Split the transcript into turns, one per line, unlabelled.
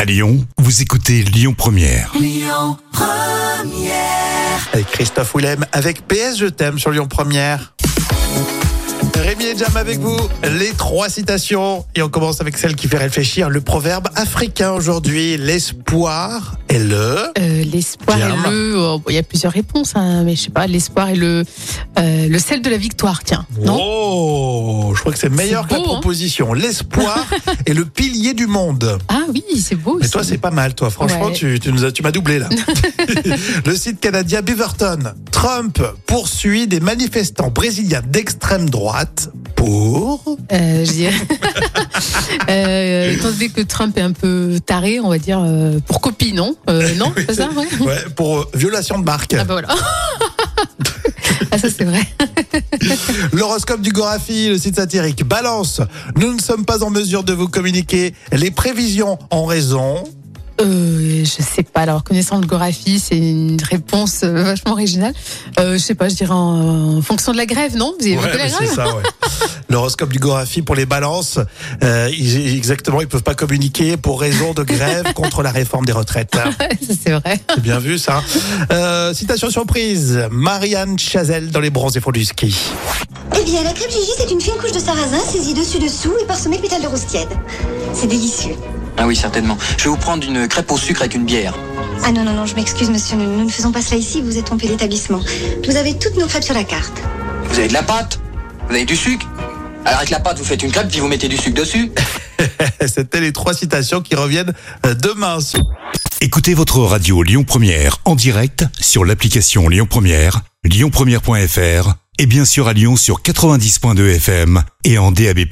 À Lyon, vous écoutez Lyon Première.
Avec Christophe Willem, avec PS Je t'aime sur Lyon Première. Rémi et Jam avec vous, les trois citations. Et on commence avec celle qui fait réfléchir le proverbe africain aujourd'hui. L'espoir est le...
Euh, l'espoir et
Jam.
le. oh, bon, Il y a plusieurs réponses, hein, mais je sais pas. L'espoir et le. euh, le sel de la victoire, tiens. Non
Oh, je crois que c'est meilleur
C'est
que la
beau, hein.
proposition. L'espoir est le pilier du monde.
Ah oui, c'est beau.
Mais
aussi.
toi, c'est pas mal, toi. Franchement,
Ouais.
tu, tu nous as- tu m'as doublé, là. le site canadien Beaverton. Trump poursuit des manifestants brésiliens d'extrême droite pour...
Euh, je dirais. euh, étant donné que Trump est un peu taré, on va dire euh, pour copie, non Euh, Non, c'est ça ouais
Ouais, pour euh, violation de marque.
Ah bah voilà. ah ça c'est vrai.
L'horoscope du Gorafi, le site satirique Balance. Nous ne sommes pas en mesure de vous communiquer les prévisions en raison.
Euh, je sais pas. Alors connaissant le Gorafi, c'est une réponse euh, vachement originale. Euh, je sais pas. Je dirais en, en fonction de la grève, non Vous avez vu
Ouais,
de la
mais c'est
grève
ça, ouais. L'horoscope du Gorafi pour les balances, euh, ils- exactement, ils peuvent pas communiquer pour raison de grève contre la réforme des retraites.
Ah Ouais, ça, C'est vrai.
C'est bien vu ça. Euh, citation surprise, Marianne Chazelle dans les bronzes et fonds du ski.
Eh bien, la crêpe Gigi, c'est une fine couche de sarrasin saisie dessus-dessous et parsemée de pétales de rose tiède. C'est délicieux.
Ah oui, certainement. Je vais vous prendre une crêpe au sucre avec une bière.
Ah non, non, non, je m'excuse, monsieur, nous, nous ne faisons pas cela ici, vous vous êtes trompé d'établissement. Vous avez toutes nos crêpes sur la carte.
Vous avez de la pâte Vous avez du sucre Alors avec la pâte, vous faites une crêpe, puis vous mettez du sucre dessus.
C'était les trois citations qui reviennent euh, demain. sur-
Écoutez votre radio Lyon Première en direct sur l'application Lyon Première, lyonpremière.fr et bien sûr à Lyon sur 90.2 FM et en DAB+.